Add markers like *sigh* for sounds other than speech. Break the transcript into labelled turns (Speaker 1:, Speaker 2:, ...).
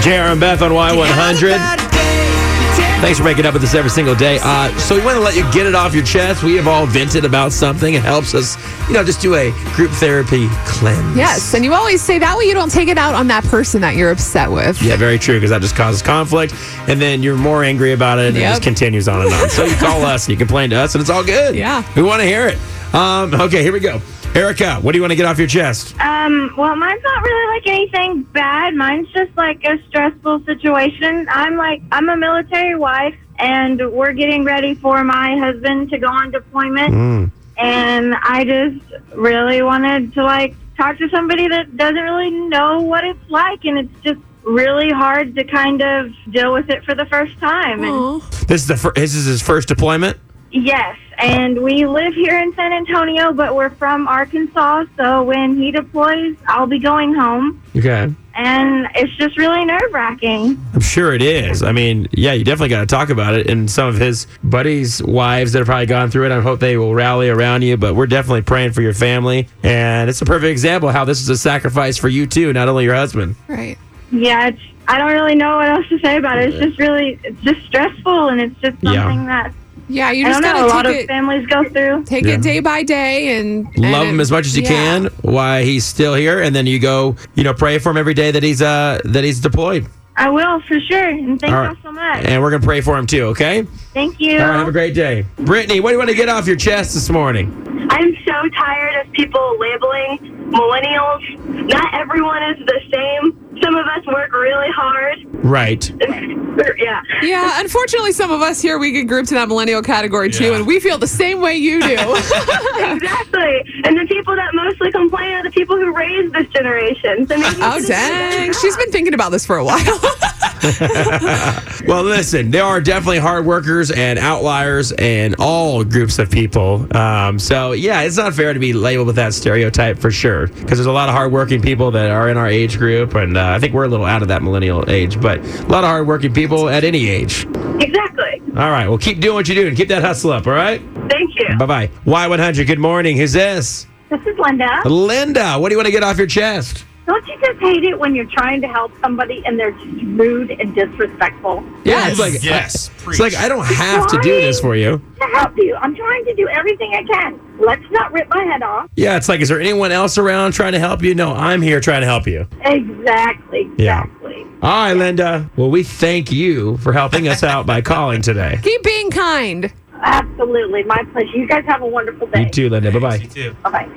Speaker 1: Jared and Beth on Y100. Thanks for making up with us every single day. Uh, so we want to let you get it off your chest. We have all vented about something. It helps us, you know, just do a group therapy cleanse.
Speaker 2: Yes, and you always say that way you don't take it out on that person that you're upset with.
Speaker 1: Yeah, very true, because that just causes conflict. And then you're more angry about it, and it
Speaker 2: Yep.
Speaker 1: just continues on and on. So you call us, you complain to us, and it's all good.
Speaker 2: Yeah.
Speaker 1: We want to hear it. Um, okay, here we go. Erica, what do you want to get off your chest?
Speaker 3: Um, well, mine's not really like anything bad. Mine's just like a stressful situation. I'm like, I'm a military wife, and we're getting ready for my husband to go on deployment. And I just really wanted to like talk to somebody that doesn't really know what it's like, and it's just really hard to kind of deal with it for the first time. And
Speaker 1: This is the fir- this is his first deployment.
Speaker 3: Yes, and we live here in San Antonio, but we're from Arkansas, so when he deploys, I'll be going home.
Speaker 1: Okay.
Speaker 3: And it's just really nerve wracking.
Speaker 1: I'm sure it is. I mean, yeah, you definitely got to talk about it. And some of his buddies' wives that have probably gone through it, I hope they will rally around you. But we're definitely praying for your family. And it's a perfect example of how this is a sacrifice for you, too, not only your husband.
Speaker 2: Right.
Speaker 3: Yeah, it's, I don't really know what else to say about it. It's just really, it's just stressful, and it's just
Speaker 1: Yeah.
Speaker 3: something that
Speaker 2: Yeah, you
Speaker 3: I
Speaker 2: just
Speaker 3: don't know. A
Speaker 2: gotta
Speaker 3: lot of
Speaker 2: take it
Speaker 3: families go through.
Speaker 2: take
Speaker 1: Yeah.
Speaker 2: it day by day and, and
Speaker 1: Love
Speaker 2: it-
Speaker 1: him as much as you
Speaker 2: yeah.
Speaker 1: can while he's still here. And then you go, you know, pray for him every day that he's uh that he's deployed.
Speaker 3: I will for sure, and thank
Speaker 1: All right.
Speaker 3: y'all so much.
Speaker 1: And we're going to pray for him, too, okay?
Speaker 3: thank you.
Speaker 1: All right, have a great day. Brittany, what do you want to get off your chest this morning?
Speaker 4: I'm so tired of people labeling millennials. Not everyone is the same. Some of us work really hard.
Speaker 3: *laughs*
Speaker 1: Right.
Speaker 4: yeah.
Speaker 2: Yeah, unfortunately, some of us here we get grouped in that millennial category too,
Speaker 1: Yeah.
Speaker 2: and we feel the same way
Speaker 1: *laughs*
Speaker 2: you do.
Speaker 4: Exactly. And the people that mostly complain are the people who raised this generation. So maybe
Speaker 2: oh dang, she's been thinking about this for a while. *laughs*
Speaker 1: Well, listen, there are definitely hard workers and outliers and all groups of people. Um, so, yeah, it's not fair to be labeled with that stereotype for sure. Because there's a lot of hardworking people that are in our age group. And uh, I think we're a little out of that millennial age, but a lot of hardworking people at any age.
Speaker 4: Exactly.
Speaker 1: All right, well, keep doing what you do and keep that hustle up, all right?
Speaker 4: Thank you.
Speaker 1: Bye bye. Y100, good morning. Who's this?
Speaker 3: This is Linda.
Speaker 1: Linda, what do you want to get off your chest?
Speaker 3: Don't you just hate it when you're trying to help somebody and they're just rude and disrespectful?
Speaker 1: Yeah, it's like,
Speaker 5: Yes.
Speaker 1: it's like, I don't have to do this for you.
Speaker 3: To help you, I'm trying to do everything I can. Let's not rip my head off.
Speaker 1: Yeah, it's like, is there anyone else around trying to help you? No, I'm here trying to help you.
Speaker 3: Exactly.
Speaker 1: Yeah.
Speaker 3: Exactly.
Speaker 1: All right, Linda. Well, we thank you for helping us out by calling today.
Speaker 2: Keep being kind.
Speaker 3: Absolutely. My pleasure. You guys have a wonderful day.
Speaker 1: You too, Linda. Bye bye.
Speaker 5: You too.
Speaker 3: Bye bye.